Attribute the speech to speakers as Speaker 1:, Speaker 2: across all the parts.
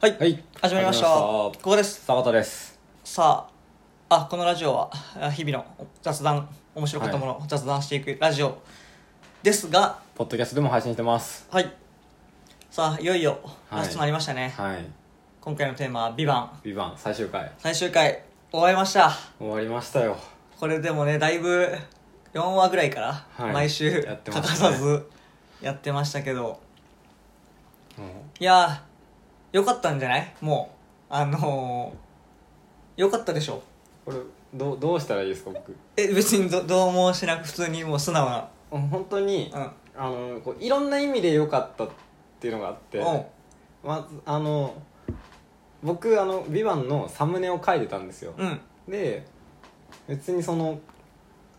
Speaker 1: はい、
Speaker 2: はい
Speaker 1: 始まりました
Speaker 2: 始まり
Speaker 1: ここ
Speaker 2: ました
Speaker 1: です
Speaker 2: サバタです
Speaker 1: さああこのラジオはあ日々の雑談面白かったものを雑談していくラジオですが
Speaker 2: ポッドキャストでも配信してます
Speaker 1: はい、さあいよいよ
Speaker 2: はい
Speaker 1: ラストとなりましたね、
Speaker 2: はい
Speaker 1: 今回のテーマは「ビバン
Speaker 2: 「ビバン最終回
Speaker 1: 最終回終わりました
Speaker 2: 終わりましたよ
Speaker 1: これでもねだいぶ4話ぐらいから
Speaker 2: はい
Speaker 1: 毎週
Speaker 2: やっ
Speaker 1: 欠
Speaker 2: てま
Speaker 1: か
Speaker 2: したね
Speaker 1: さずやってましたけど、
Speaker 2: も
Speaker 1: いやーよかったんじゃないもうあのー、よかったでしょ
Speaker 2: うこれどうどうしたらいいですか僕
Speaker 1: え別にどどうもしなく普通にもう素直な
Speaker 2: 本当に、
Speaker 1: うん
Speaker 2: あのこういろんな意味で良かったっていうのがあって、
Speaker 1: うん
Speaker 2: まずあの僕あの「ビバンのサムネを書いてたんですよ、
Speaker 1: うん
Speaker 2: で別にその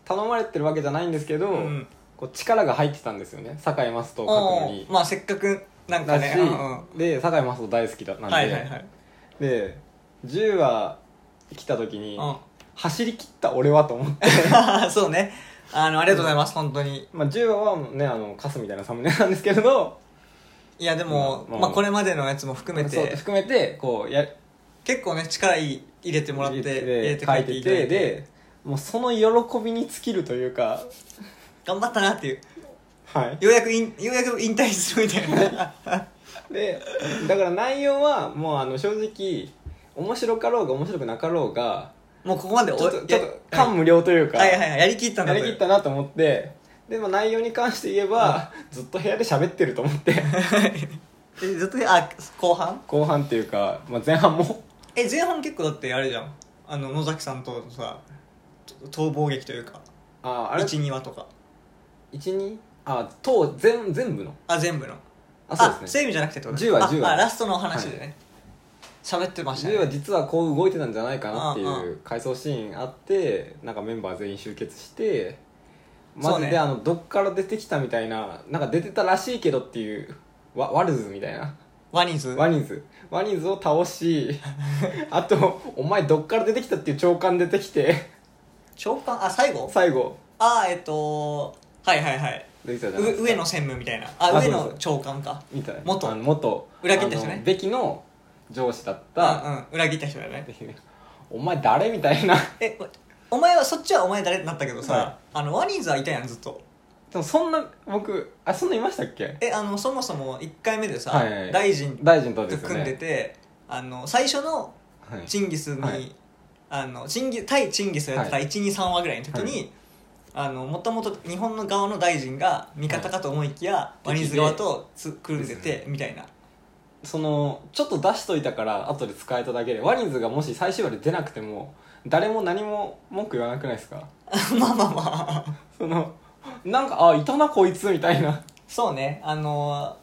Speaker 2: 頼まれてるわけじゃないんですけど、
Speaker 1: うん
Speaker 2: こう力が入ってたんですよね堺雅人を書くの
Speaker 1: お
Speaker 2: に
Speaker 1: うまあせっかくなんか
Speaker 2: だ
Speaker 1: ね
Speaker 2: し、
Speaker 1: うんうん
Speaker 2: で堺雅人大好きだなんで、
Speaker 1: はいはいはい
Speaker 2: で10話来た時に、
Speaker 1: う
Speaker 2: 走り切った俺はと思って、
Speaker 1: ん そうねあのありがとうございます本当に
Speaker 2: まあ、10話はねあのカスみたいなサムネなんですけれど
Speaker 1: いやでも、
Speaker 2: うんうん
Speaker 1: まあ、これまでのやつも含め
Speaker 2: そう
Speaker 1: て
Speaker 2: 含めてこうや
Speaker 1: 結構ね力い入れてもらって入れて
Speaker 2: 書
Speaker 1: 書
Speaker 2: い
Speaker 1: い
Speaker 2: て
Speaker 1: て
Speaker 2: て
Speaker 1: いただいて
Speaker 2: でもうその喜びに尽きるというか
Speaker 1: 頑張ったなっていう
Speaker 2: はい
Speaker 1: ようやく引ようやく引退するみたい な
Speaker 2: でだから内容はもうあの正直面白かろうが面白くなかろうが
Speaker 1: もうここまで
Speaker 2: ち
Speaker 1: お
Speaker 2: ょっとちょ
Speaker 1: や
Speaker 2: っと感無量というか
Speaker 1: はいはいはいやりきったんだ
Speaker 2: や
Speaker 1: と
Speaker 2: り
Speaker 1: いう
Speaker 2: きったなと思ってでも内容に関して言えば、ずっと部屋で喋ってると思って
Speaker 1: えずっとあ後半
Speaker 2: 後半っていうか、まあ、前半も
Speaker 1: え前半結構だってあれじゃんあの野崎さんとのさと逃亡劇というか
Speaker 2: ああれ
Speaker 1: 12話とか
Speaker 2: 12あ当全全部の
Speaker 1: あ全部の
Speaker 2: あそうです
Speaker 1: そう
Speaker 2: ね
Speaker 1: いう意味じゃなくてってこと
Speaker 2: 10話
Speaker 1: あ
Speaker 2: 10話
Speaker 1: あラストのお話でね喋、ってました
Speaker 2: 10は
Speaker 1: ね
Speaker 2: 実はこう動いてたんじゃないかなってい
Speaker 1: ああ
Speaker 2: う回想シーンあってなんかメンバー全員集結してマ
Speaker 1: そう
Speaker 2: ジ
Speaker 1: ね
Speaker 2: であのどっから出てきたみたいななんか出てたらしいけどっていうワワルズみたいな
Speaker 1: ワニーズ
Speaker 2: ワニーズワニーズを 倒しあとお前どっから出てきたっていう長官出てきて
Speaker 1: 長官あ最後
Speaker 2: 最後
Speaker 1: あえっとはいはいはい
Speaker 2: 出てきたじゃないです
Speaker 1: う
Speaker 2: か
Speaker 1: 上野専務みたいなあ
Speaker 2: あ
Speaker 1: 上
Speaker 2: そう
Speaker 1: 野
Speaker 2: そう
Speaker 1: 長官か
Speaker 2: みたいな
Speaker 1: 元
Speaker 2: あの元
Speaker 1: 裏切った人ね
Speaker 2: あのベキの上司だっ
Speaker 1: うん
Speaker 2: た、
Speaker 1: うん裏切った人だよね
Speaker 2: お前誰みたいな
Speaker 1: えお前はそっちはお前誰ってなったけどさ、
Speaker 2: はい
Speaker 1: あのワニーズはいたやんずっと
Speaker 2: でもそんな僕あそんないましたっけ
Speaker 1: えあのそもそも1回目でさ、
Speaker 2: はいはい
Speaker 1: 大臣
Speaker 2: 大臣とで
Speaker 1: と
Speaker 2: すよ
Speaker 1: 組
Speaker 2: ね
Speaker 1: んでて、あの最初の
Speaker 2: はい
Speaker 1: チンギスに、
Speaker 2: はい
Speaker 1: あのチンギ対チンギスをやってた
Speaker 2: は
Speaker 1: 123話ぐらいの時に、あのもともと日本の側の大臣が味方かと思いきや、
Speaker 2: い
Speaker 1: ワニズ側とつ組んで
Speaker 2: です
Speaker 1: てみたいな
Speaker 2: そのちょっと出しといたから後で使えただけでワニーズがもし最終話で出なくても誰も何も文句言わなくないですか
Speaker 1: まあまあまあ
Speaker 2: そのなんかあいたなこいつみたいな
Speaker 1: そうねあの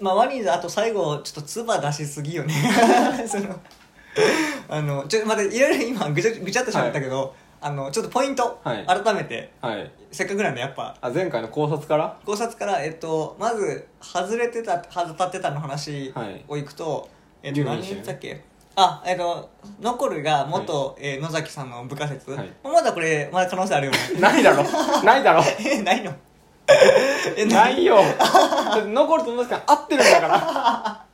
Speaker 1: まあワニズあと最後ちょっと唾出しすぎよね そのあのちょ待っていろいろ今ぐちゃぐちゃっとしまったけど、あのちょっとポイント、
Speaker 2: はい
Speaker 1: 改めて
Speaker 2: はい
Speaker 1: せっかくなんでやっぱ
Speaker 2: あ前回の考察から
Speaker 1: 考察から、えっと、まず外れてた外立ってたの話
Speaker 2: はい
Speaker 1: をいくと、えっと
Speaker 2: 竜民
Speaker 1: 何
Speaker 2: 衆
Speaker 1: 人だっけあえっとノコルが元、えー野崎さんの部下説、
Speaker 2: はい
Speaker 1: まだこれまだ可能性あるよね
Speaker 2: ないだろないだろ
Speaker 1: えないの え
Speaker 2: ないよだって残ると思うんですから合ってるんだから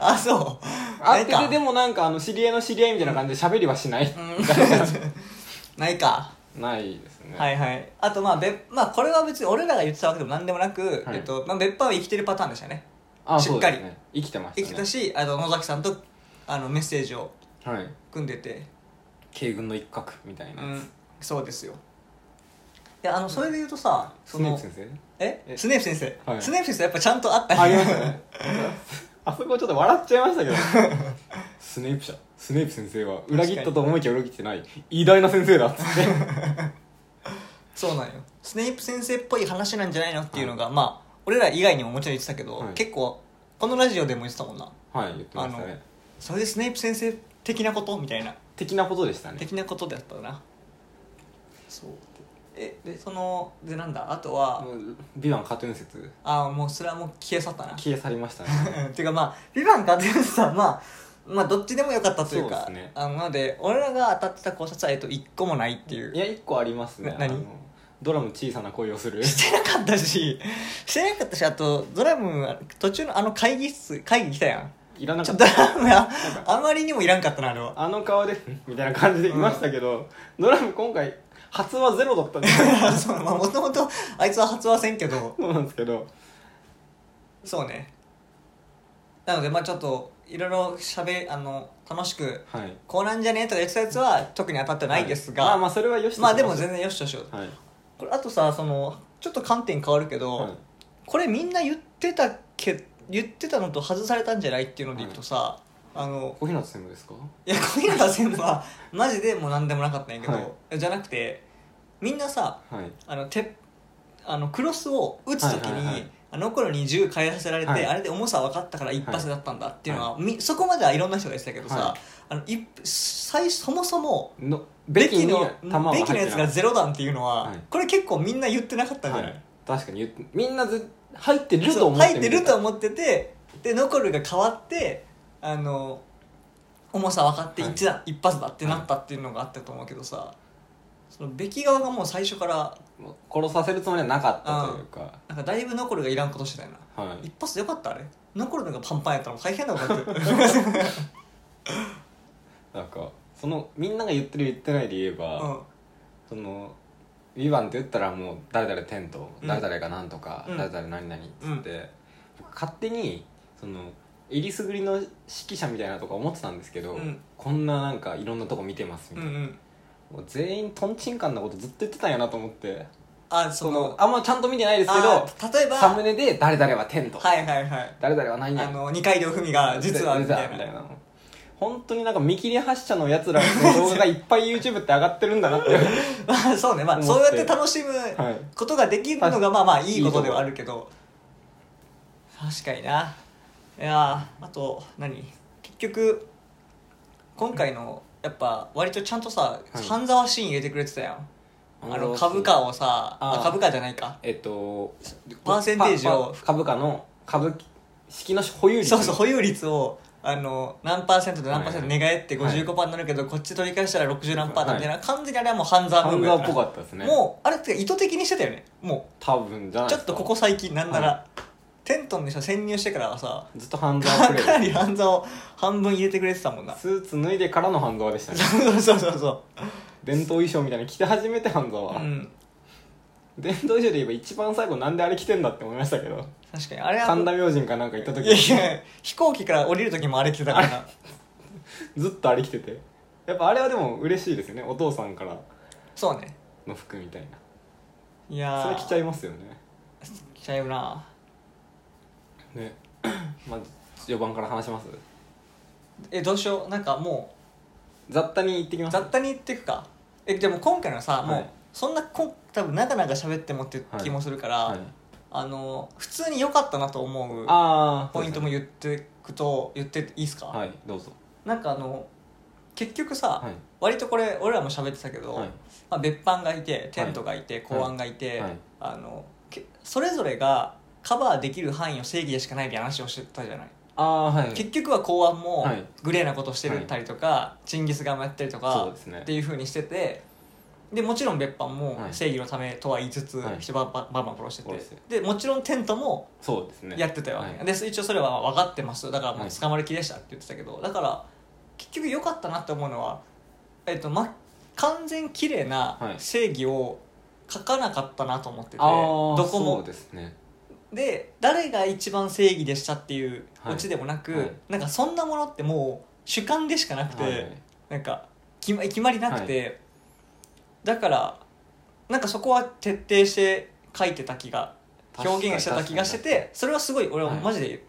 Speaker 1: あそう
Speaker 2: 合っ て
Speaker 1: な
Speaker 2: て
Speaker 1: い
Speaker 2: で
Speaker 1: か
Speaker 2: もなんかあの知り合いの知り合いみたいな感じで喋りはしない、
Speaker 1: うん ないか
Speaker 2: ないですね
Speaker 1: はいはいあとまあ別まあこれは別に俺らが言ってたわけでも何でもなく、
Speaker 2: はい
Speaker 1: えっとまあ、別班は生きてるパターンでしたね
Speaker 2: あ
Speaker 1: しっかり
Speaker 2: そうですね、生きてました
Speaker 1: 生
Speaker 2: ね
Speaker 1: きてたしあと野崎さんとあのメッセージを
Speaker 2: はい
Speaker 1: 組んでて
Speaker 2: 軽軍の一角みたいな
Speaker 1: う
Speaker 2: や
Speaker 1: ん、そうですよいやあのそれで言うとさ、
Speaker 2: つ、
Speaker 1: そ
Speaker 2: スネー
Speaker 1: の
Speaker 2: プ先生
Speaker 1: え
Speaker 2: え
Speaker 1: スネープ先生、
Speaker 2: はい
Speaker 1: スネープ先生やっぱちゃんとあった
Speaker 2: ありましたね あそこちょっと笑っちゃいましたけどスネープ社スネープ先生は裏切ったと思いきや裏切ってない偉大な先生だ っつって
Speaker 1: そうなんよスネープ先生っぽい話なんじゃないのっていうのが、まあ俺ら以外にももちろん言ってたけど、
Speaker 2: はい
Speaker 1: 結構このラジオでも言ってたもんな
Speaker 2: はい言ってました
Speaker 1: あの
Speaker 2: ね
Speaker 1: それでスネープ先生的なことみたいな
Speaker 2: 的なことでしたね
Speaker 1: 的なことだったなそうえでそのでなんだあとは、
Speaker 2: もうビバンカトゥーン説
Speaker 1: ああもうそれはもう消え去ったな
Speaker 2: 消え去りましたね
Speaker 1: うん ていうかまあ「ビバンかっていうさまあまあどっちでもよかったというか
Speaker 2: そうですね
Speaker 1: あのなので俺らが当たってた考察はえっと1個もないっていう
Speaker 2: いや一個ありますね
Speaker 1: な何
Speaker 2: あのドラム小さな恋をす る
Speaker 1: して なかったししてなかったしあとドラム途中のあの会議室会議来たやん
Speaker 2: いらな
Speaker 1: ち
Speaker 2: か
Speaker 1: ょ
Speaker 2: っ
Speaker 1: ド
Speaker 2: た
Speaker 1: ラムはあまりにもいらんかったなあれは
Speaker 2: あの顔でん みたいな感じでいましたけど、ドラム今回発話ゼロだったんです
Speaker 1: そうまあもともとあいつは発話せんけど
Speaker 2: そうなんですけど
Speaker 1: そうねなのでまあちょっといろいろしゃべあの楽しく
Speaker 2: はい
Speaker 1: こうなんじゃねとか言ってたやつは特に当たってないですが、
Speaker 2: はいあま
Speaker 1: ま
Speaker 2: あそれはよし
Speaker 1: あ、
Speaker 2: とし
Speaker 1: でも全然よしとしよう
Speaker 2: はい、
Speaker 1: これあとさそのちょっと観点変わるけど、
Speaker 2: はい
Speaker 1: これみんな言ってたけ言ってたのと外されたんじゃないっていうのでいくとさ、あの
Speaker 2: 小日向専務ですか
Speaker 1: いや小日向専務はマジでもう何でもなかったんやけど、
Speaker 2: はい
Speaker 1: じゃなくてみんなさ
Speaker 2: はい
Speaker 1: あのてあのクロスを打つ時に、
Speaker 2: はいはいはい
Speaker 1: あの頃に銃変えさせられて、
Speaker 2: はい
Speaker 1: あれで重さ分かったから一発だったんだっていうのは、みそこまではいろんな人が言ってたけどさ、
Speaker 2: はい
Speaker 1: あのい最そもそも
Speaker 2: の
Speaker 1: べきの
Speaker 2: 弾は
Speaker 1: べ
Speaker 2: 入っ
Speaker 1: き
Speaker 2: て
Speaker 1: の
Speaker 2: ない
Speaker 1: やつがゼロ弾っていうのは、
Speaker 2: はい
Speaker 1: これ結構みんな言ってなかったんじゃない、
Speaker 2: はい確かに言ってみんなず入ってると
Speaker 1: そう
Speaker 2: 思って
Speaker 1: 入ってると
Speaker 2: っ
Speaker 1: 思っててでノコルが変わってあの重さ分かって
Speaker 2: はい
Speaker 1: 一,、だ一発だってなったっていうのがあったと思うけどさそのべき側がもう最初から
Speaker 2: 殺させるつもりはなかったというか、
Speaker 1: なんかだいぶノコルがいらんことしてたよな
Speaker 2: はい
Speaker 1: 一発でよかったあれノコルのがパンパンやったの大変なことや ってる
Speaker 2: なんかそのみんなが言ってる言ってないで言えば、
Speaker 1: うん
Speaker 2: その「ヴィヴァンって言ったらもう誰々テント、
Speaker 1: うん
Speaker 2: 誰々がなんとか、
Speaker 1: うん
Speaker 2: 誰々何々っつって、僕勝手にそのえりすぐりの指揮者みたいなとか思ってたんですけど、
Speaker 1: うん
Speaker 2: こんななんかいろんなとこ見てますみ
Speaker 1: う
Speaker 2: た
Speaker 1: ん
Speaker 2: いな、
Speaker 1: うん
Speaker 2: もう全員とんちんかんなことずっと言ってたんやなと思って
Speaker 1: あ
Speaker 2: そ
Speaker 1: そ
Speaker 2: の
Speaker 1: の
Speaker 2: あんまちゃんと見てないですけ
Speaker 1: あ
Speaker 2: ど
Speaker 1: 例えば
Speaker 2: サム
Speaker 1: は
Speaker 2: ネで「誰々はテント、
Speaker 1: いはいはい
Speaker 2: 誰々は何々
Speaker 1: あ」の二階堂ふみが実はみたいな
Speaker 2: 本当になんか見切り発車のやつらの動画がいっぱい YouTube って上がってるんだなって
Speaker 1: まあそうねまあ
Speaker 2: 思って
Speaker 1: そうやって楽しむ
Speaker 2: はい
Speaker 1: ことができるのがまあまあいいことではあるけど確かにないやーあと何結局今回のやっぱ割とちゃんとさ
Speaker 2: はい
Speaker 1: 半沢シーン入れてくれてたやん あの株価をさ
Speaker 2: あ
Speaker 1: あ
Speaker 2: ー
Speaker 1: 株価じゃないか
Speaker 2: えっと
Speaker 1: パーセンテージを
Speaker 2: パパ株価の株式の保有率
Speaker 1: そうそう保有率をあの何パーセントで何パーセント
Speaker 2: は
Speaker 1: 寝
Speaker 2: い
Speaker 1: 返って
Speaker 2: はい
Speaker 1: 55%になるけど、こっち取り返したら60何パーだみたいな、
Speaker 2: は
Speaker 1: 完全にあれはもう半沢
Speaker 2: ハ
Speaker 1: ブー
Speaker 2: ン
Speaker 1: ム
Speaker 2: ガ
Speaker 1: や
Speaker 2: ー
Speaker 1: か
Speaker 2: っ
Speaker 1: ら
Speaker 2: ぽかったですね
Speaker 1: もうあれってか意図的にしてたよねもう
Speaker 2: 多分じゃない
Speaker 1: ち
Speaker 2: で
Speaker 1: ょ
Speaker 2: す
Speaker 1: っ
Speaker 2: か
Speaker 1: とここ最近なんなら、
Speaker 2: は
Speaker 1: テントの人潜入してからはさ
Speaker 2: ずっとハンザー
Speaker 1: か
Speaker 2: プレイ
Speaker 1: なり半沢を半分入れてくれてたもんなそ
Speaker 2: スーツ脱いでからのハンザーでしたね
Speaker 1: う そうそうそ
Speaker 2: 伝統衣装みたいなの着て初めてハンザー
Speaker 1: う、
Speaker 2: は、
Speaker 1: うん、
Speaker 2: 伝統衣装で言えば一番最後なんであれ着てんだって思いましたけど
Speaker 1: 確かにあれは
Speaker 2: 神田明神かなんか行った時
Speaker 1: いやいや飛行機から降りる時もあれ着てたからな
Speaker 2: ずっとあれ着ててやっぱあれはでも嬉しいですよねお父さんから
Speaker 1: そうね
Speaker 2: の服みたいない
Speaker 1: やー
Speaker 2: それ着ちゃいますよね
Speaker 1: 着ちゃうな
Speaker 2: ね まあ序盤から話します
Speaker 1: えどうしようなんかも
Speaker 2: 雑多に行ってき
Speaker 1: う
Speaker 2: ます
Speaker 1: 雑多に言ってくかえでも今回のさ、も
Speaker 2: は
Speaker 1: う
Speaker 2: い
Speaker 1: そんなこん多分長々喋ってもって気もするから、
Speaker 2: はい
Speaker 1: あの普通に良かったなと思う
Speaker 2: ああ
Speaker 1: ポイントも言ってくと言っていいですか、
Speaker 2: はいどうぞ
Speaker 1: なんかあの結局さ、
Speaker 2: はい
Speaker 1: 割とこれ俺らも喋ってたけど、
Speaker 2: はい
Speaker 1: まあ、別班がいてテントがいて、公安がいて、
Speaker 2: はい
Speaker 1: あのけそれぞれがカバーできる範囲の正義でしかないみたいな話をしてたじゃない、
Speaker 2: ああはい
Speaker 1: 結局は公安も
Speaker 2: はい
Speaker 1: グレーなことしてたりとか、チンギスがもやったりと
Speaker 2: そ
Speaker 1: か
Speaker 2: うですね
Speaker 1: っていうふうにしててでもちろん別班も
Speaker 2: はい
Speaker 1: 正義のためとは言いつつ、
Speaker 2: はい
Speaker 1: 人ばばばんばん殺してて、
Speaker 2: そうですよ
Speaker 1: でもちろんテントも
Speaker 2: そうですね
Speaker 1: やってたよ、
Speaker 2: はい
Speaker 1: で一応それは分かってますだからも
Speaker 2: は
Speaker 1: う
Speaker 2: い
Speaker 1: 捕まる気でしたって言ってたけど、だから結局良かったなって思うのは、えっとま、完全綺麗な
Speaker 2: はい
Speaker 1: 正義を書かなかったなと思ってて、
Speaker 2: あー
Speaker 1: どこ
Speaker 2: そう
Speaker 1: も
Speaker 2: ですね
Speaker 1: で誰が一番正義でしたっていう
Speaker 2: はい
Speaker 1: オチでもなく、
Speaker 2: はい
Speaker 1: なんかそんなものってもう主観でしかなくて、
Speaker 2: はい
Speaker 1: なんか決ま決まりなくて、だからなんかそこは徹底して書いてた気が表現してた気がして
Speaker 2: 確かに確か
Speaker 1: てそれはすごい俺はマジで、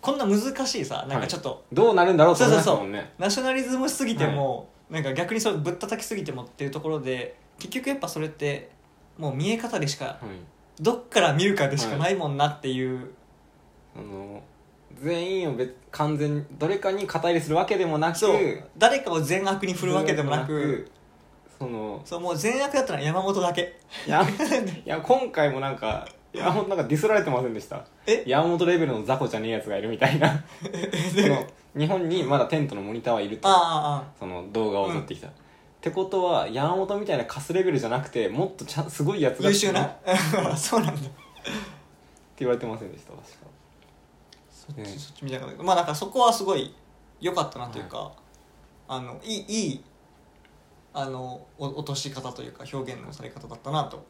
Speaker 1: こんな難しいさなんかちょっと、
Speaker 2: にどうなるんだろうと思いましたもんね
Speaker 1: ナショナリズムすぎても、なんか逆にそれぶったたきすぎてもっていうところで結局やっぱそれってもう見え方でしか
Speaker 2: はい
Speaker 1: どっから見るかでしかないもんなっていう、
Speaker 2: あの全員を別完全にどれかに肩入れするわけでもなく
Speaker 1: そう誰かを善悪に振るわけでもなく
Speaker 2: その
Speaker 1: そうもう善悪だったら山本だけ
Speaker 2: いやいや今回もなんか山本なんかディスられてませんでした
Speaker 1: え
Speaker 2: 山本レベルの雑魚じゃねえやつがいるみたい なその日本にまだテントのモニターはいると
Speaker 1: あ
Speaker 2: その動画を撮ってきた、ってことは山本みたいなカスレベルじゃなくてもっとちゃんすごいや
Speaker 1: ああ
Speaker 2: つ
Speaker 1: あ
Speaker 2: が
Speaker 1: 優秀
Speaker 2: っ
Speaker 1: な そうなんだ
Speaker 2: て言われてませんでした確か
Speaker 1: そっち,、
Speaker 2: うん
Speaker 1: そっち見たかったけどまあなんかそこはすごい良かったなというか、あのいいいいあのお落とし方というか表現のされ方だったなと、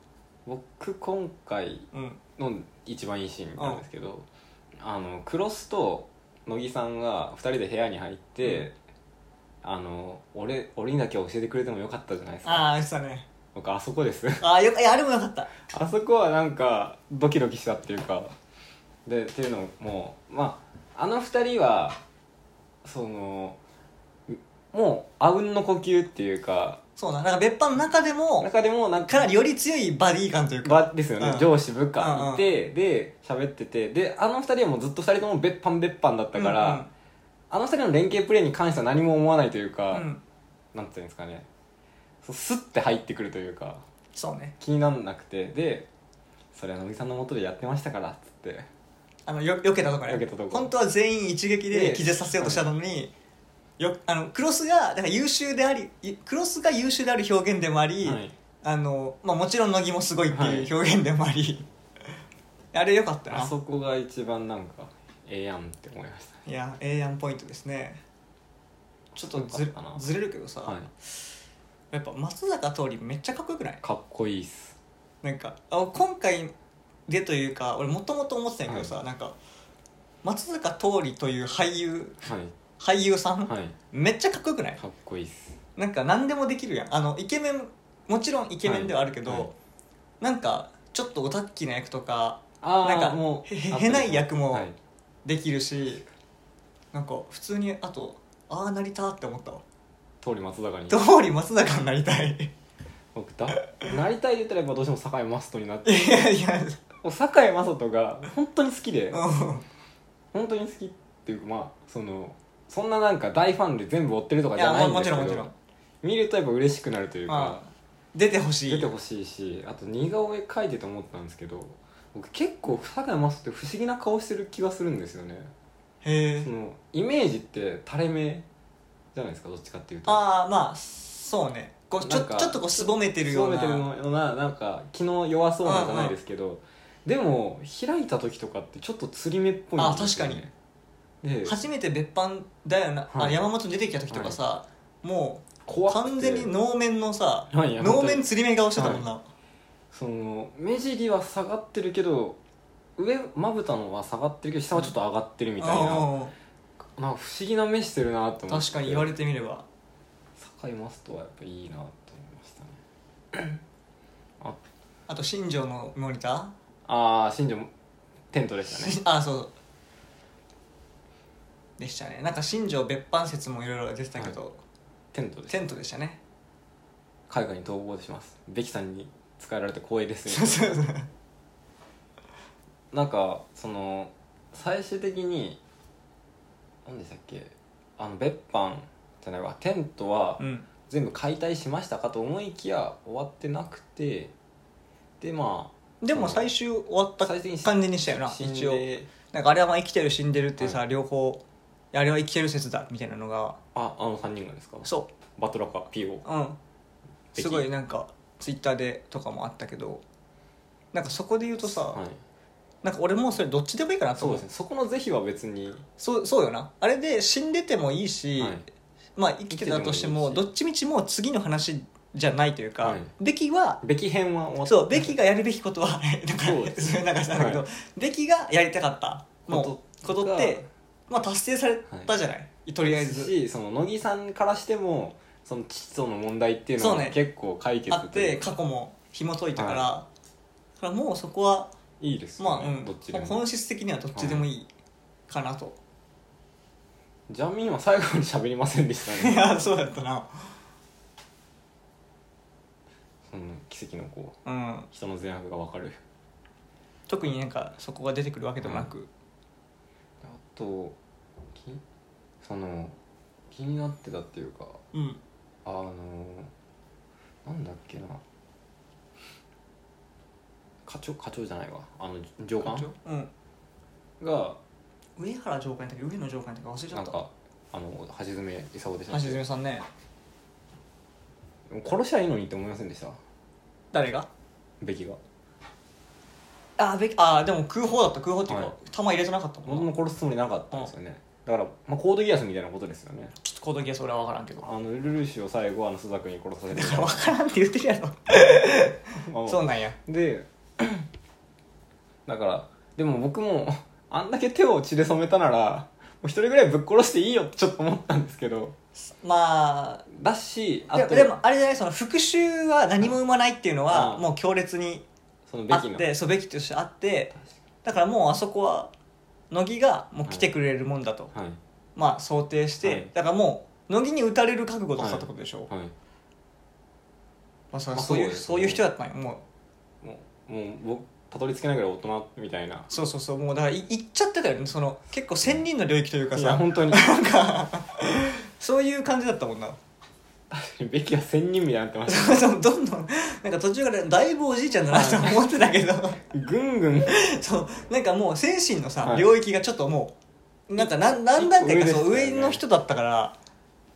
Speaker 2: 僕今回
Speaker 1: うん、
Speaker 2: の一番いいシーンなんですけど、あのクロスと乃木さんが2人で部屋に入って、あの俺俺にだけ教えてくれてもよかったじゃないですか
Speaker 1: ああ言ってたね
Speaker 2: 僕あそこです
Speaker 1: ああよかいやあれも良かった
Speaker 2: あそこはなんかドキドキしたっていうかでっていうのもまああの2人はそのもうあうんの呼吸っていうか
Speaker 1: そうななんか別班の中でも
Speaker 2: 中でもなん
Speaker 1: かなりより強いバディ感というか
Speaker 2: ばですよね、
Speaker 1: うん
Speaker 2: 上司部下いて、で喋っててであの二人はもうずっと二人とも別班別班だったから、あの二人の連携プレーに関しては何も思わないという
Speaker 1: うん
Speaker 2: か、
Speaker 1: うんうん
Speaker 2: なんていうんですかねそうスッて入ってくるというか
Speaker 1: そうね
Speaker 2: 気にならなくてでそれは乃木さんのもとでやってましたからっつって
Speaker 1: あのよ避けたとこね
Speaker 2: 避けたとこ
Speaker 1: 本当は全員一撃で
Speaker 2: で
Speaker 1: 気絶させようとしたのに、よあのクロスがだから優秀でありいクロスが優秀である表現でもあり、
Speaker 2: はい
Speaker 1: あのまあ、もちろん乃木もすごいっていう表現でもあり、 あれよかった
Speaker 2: あ
Speaker 1: な
Speaker 2: そこが一番なんかええやんって思いまし
Speaker 1: いやええやんポイントですねちょっとず
Speaker 2: よかったな
Speaker 1: ずれるけどさ、
Speaker 2: た、はい、
Speaker 1: やっぱ松坂桃李めっちゃかっこよくない
Speaker 2: かっこいいっす
Speaker 1: なんかあ今回でというか俺もともと思ってたんやけどさ、
Speaker 2: はい
Speaker 1: なんか松坂桃李という俳優
Speaker 2: はい
Speaker 1: 俳優さん、
Speaker 2: はい
Speaker 1: めっちゃかっこよくない
Speaker 2: かっこいいっす
Speaker 1: なんか何でもできるやんあのイケメンもちろんイケメンではあるけど、
Speaker 2: はいはい
Speaker 1: なんかちょっとオタッキーな役とか
Speaker 2: あー
Speaker 1: なんか
Speaker 2: もう
Speaker 1: へへへない役も
Speaker 2: はい
Speaker 1: できるしなんか普通にあとああなりたって思ったわ
Speaker 2: 通り松坂に
Speaker 1: 通り松坂になりたい
Speaker 2: 僕だなりたい言ったらやっぱどうしても堺雅人になっ
Speaker 1: い
Speaker 2: て
Speaker 1: やいや
Speaker 2: もう堺雅人が本当に好きで
Speaker 1: うん
Speaker 2: 本当に好きっていうかまあそのそんななんか大ファンで全部追ってるとか
Speaker 1: い
Speaker 2: じ
Speaker 1: や
Speaker 2: ゃない
Speaker 1: も
Speaker 2: んで
Speaker 1: も
Speaker 2: す
Speaker 1: ち
Speaker 2: け
Speaker 1: ろ
Speaker 2: ど
Speaker 1: んもちろん
Speaker 2: 見るとやっぱ嬉しくなるというか
Speaker 1: まあ出てほしい
Speaker 2: 出てほしいしあと似顔絵描いてて思ったんですけど僕結構堺雅人って不思議な顔してる気がするんですよね
Speaker 1: へえ
Speaker 2: そのイメージって垂れ目じゃないですかどっちかっていうと
Speaker 1: ああまあそうねこうちょ
Speaker 2: なんか
Speaker 1: ちょっとこうすぼめてるような
Speaker 2: 勤めてるようななんか気の弱そうなんじゃないですけど、でも開いた時とかってちょっと釣り目っぽいんですよ
Speaker 1: あ確
Speaker 2: ねで
Speaker 1: 初めて別班だよな、
Speaker 2: は
Speaker 1: あ
Speaker 2: い
Speaker 1: 山本に出てきた時とかさ、もう
Speaker 2: 怖くて
Speaker 1: 完全に能面のさ
Speaker 2: はいいや
Speaker 1: 能
Speaker 2: 本当
Speaker 1: 面
Speaker 2: に
Speaker 1: つり目顔してたもんな、
Speaker 2: その目尻は下がってるけど上まぶたのは下がってるけど下はちょっと上がってるみたいな,、
Speaker 1: うん
Speaker 2: なんか不思議な目してるなと思って
Speaker 1: 確かに言われてみれば
Speaker 2: 堺雅人はやっぱいいなと思いましたねあ
Speaker 1: あと新庄のモニター
Speaker 2: あー新庄もテントでした ね
Speaker 1: あそうそうでしたねなんか新庄別班説もいろいろ出てたけど、
Speaker 2: テントです
Speaker 1: テントでしたね
Speaker 2: 海外に逃亡しますべきさんに使えられて光栄ですね
Speaker 1: そうそうそう
Speaker 2: なんかその最終的に何でしたっけあの別班じゃないわテントは
Speaker 1: うん
Speaker 2: 全部解体しましたかと思いきや終わってなくてでま
Speaker 1: でも最終終わった
Speaker 2: 最終的に
Speaker 1: 感じにしたよ
Speaker 2: あ
Speaker 1: な
Speaker 2: 死ん
Speaker 1: 一応
Speaker 2: で
Speaker 1: なんかあれはまあ生きてる死んでるってさ、
Speaker 2: は
Speaker 1: 両方いやあれは生きてる説だみたいなのが
Speaker 2: ああの3人がですか
Speaker 1: そ
Speaker 2: バトラカ PO
Speaker 1: ううん
Speaker 2: 敵
Speaker 1: すごいなんかツイッターでとかもあったけどなんかそこで言うとさ、
Speaker 2: はい
Speaker 1: なんか俺もう是それどっちでもいいかなと
Speaker 2: そう
Speaker 1: 思
Speaker 2: ですねそこの是非は別に、
Speaker 1: そうそうよなあれで死んでてもいいし、
Speaker 2: はい
Speaker 1: まあ生きてたとしても
Speaker 2: 生きててもいいし
Speaker 1: どっちみちもう次の話じゃないというか、
Speaker 2: はい
Speaker 1: べきは
Speaker 2: べき編は終わった
Speaker 1: そうべきがやるべきことは なんか
Speaker 2: そうです
Speaker 1: それなんかしたんだけど、
Speaker 2: は
Speaker 1: べきがやりたかったもう
Speaker 2: こ
Speaker 1: こととって、まあ、達成されたじゃない、とりあえず
Speaker 2: しその乃木さんからしてもその父との問題っていうの
Speaker 1: そう
Speaker 2: は
Speaker 1: ね
Speaker 2: 結構解
Speaker 1: あ
Speaker 2: 決
Speaker 1: っ
Speaker 2: とい
Speaker 1: て
Speaker 2: うか
Speaker 1: 過去も紐解いたから、
Speaker 2: は
Speaker 1: だからもうそこはい
Speaker 2: いですよ
Speaker 1: まあ、
Speaker 2: ね、
Speaker 1: うん、
Speaker 2: どっちでも
Speaker 1: 本質的にはどっちでもいいかなと、
Speaker 2: ジャミーンは最後に喋りませんでした
Speaker 1: い
Speaker 2: ね
Speaker 1: やそうだったな
Speaker 2: その奇跡のこう
Speaker 1: うん
Speaker 2: 人の善悪が分かる
Speaker 1: 特になんかそこが出てくるわけでもなく、
Speaker 2: あときその気になってたっていうか
Speaker 1: うん、
Speaker 2: あのなんだっけな課長課長じゃないわあの上官
Speaker 1: うん
Speaker 2: が
Speaker 1: 上原上官やったっけ上野上官やったっけ忘れちゃ
Speaker 2: なん
Speaker 1: った
Speaker 2: かあの橋爪功でした
Speaker 1: 橋
Speaker 2: っけ
Speaker 1: 爪さんね
Speaker 2: 殺しゃいいのにって思いませんでした
Speaker 1: 誰が
Speaker 2: べきが
Speaker 1: あべあでも空砲だった空砲っていうか、
Speaker 2: はい
Speaker 1: 弾入れてなかったも
Speaker 2: 元
Speaker 1: んな
Speaker 2: も殺すつもりなかったんですよねだから、まあ、コードギアスみたいなことですよね
Speaker 1: ちょっとコードギアス俺は分からんけど
Speaker 2: あのルルーシュを最後あのスザクに殺させて
Speaker 1: だから分からんって言ってるや
Speaker 2: まあま
Speaker 1: ろ
Speaker 2: あ
Speaker 1: そうなんや
Speaker 2: でだからでも僕もあんだけ手を血で染めたならもう一人ぐらいぶっ殺していいよってちょっと思ったんですけど
Speaker 1: まあ
Speaker 2: だしあ
Speaker 1: で
Speaker 2: と
Speaker 1: でもあれじゃないその復讐は何も生まないっていうのは、
Speaker 2: うん
Speaker 1: もう強烈に
Speaker 2: そのべ
Speaker 1: あ
Speaker 2: き
Speaker 1: っ
Speaker 2: の
Speaker 1: てそうべきとしてあってだからもうあそこは乃木がもう来てくれるもんだと、
Speaker 2: はい
Speaker 1: まあ想定して、
Speaker 2: はい
Speaker 1: だからもう乃木に打たれる覚悟だったってことでしょ、
Speaker 2: はい
Speaker 1: まあ、そ
Speaker 2: まあ
Speaker 1: そういう
Speaker 2: そうですね
Speaker 1: そういう人だったんよもう
Speaker 2: もうもう僕たどり着けないぐらい大人みたいな
Speaker 1: そうそうそうもうだからい行っちゃってたよねその結構千人の領域というか
Speaker 2: い
Speaker 1: さ
Speaker 2: や本当に
Speaker 1: なんかそういう感じだったもんな
Speaker 2: べきは千人みたいになってまし
Speaker 1: そう どんどんなんか途中からだいぶおじいちゃんだなと思ってたけど
Speaker 2: たぐんぐん
Speaker 1: そうなんかもう精神のさ、
Speaker 2: はい
Speaker 1: 領域がちょっともうなんか何何段階か
Speaker 2: 一個
Speaker 1: そう
Speaker 2: 上ですよね
Speaker 1: 上の人だったから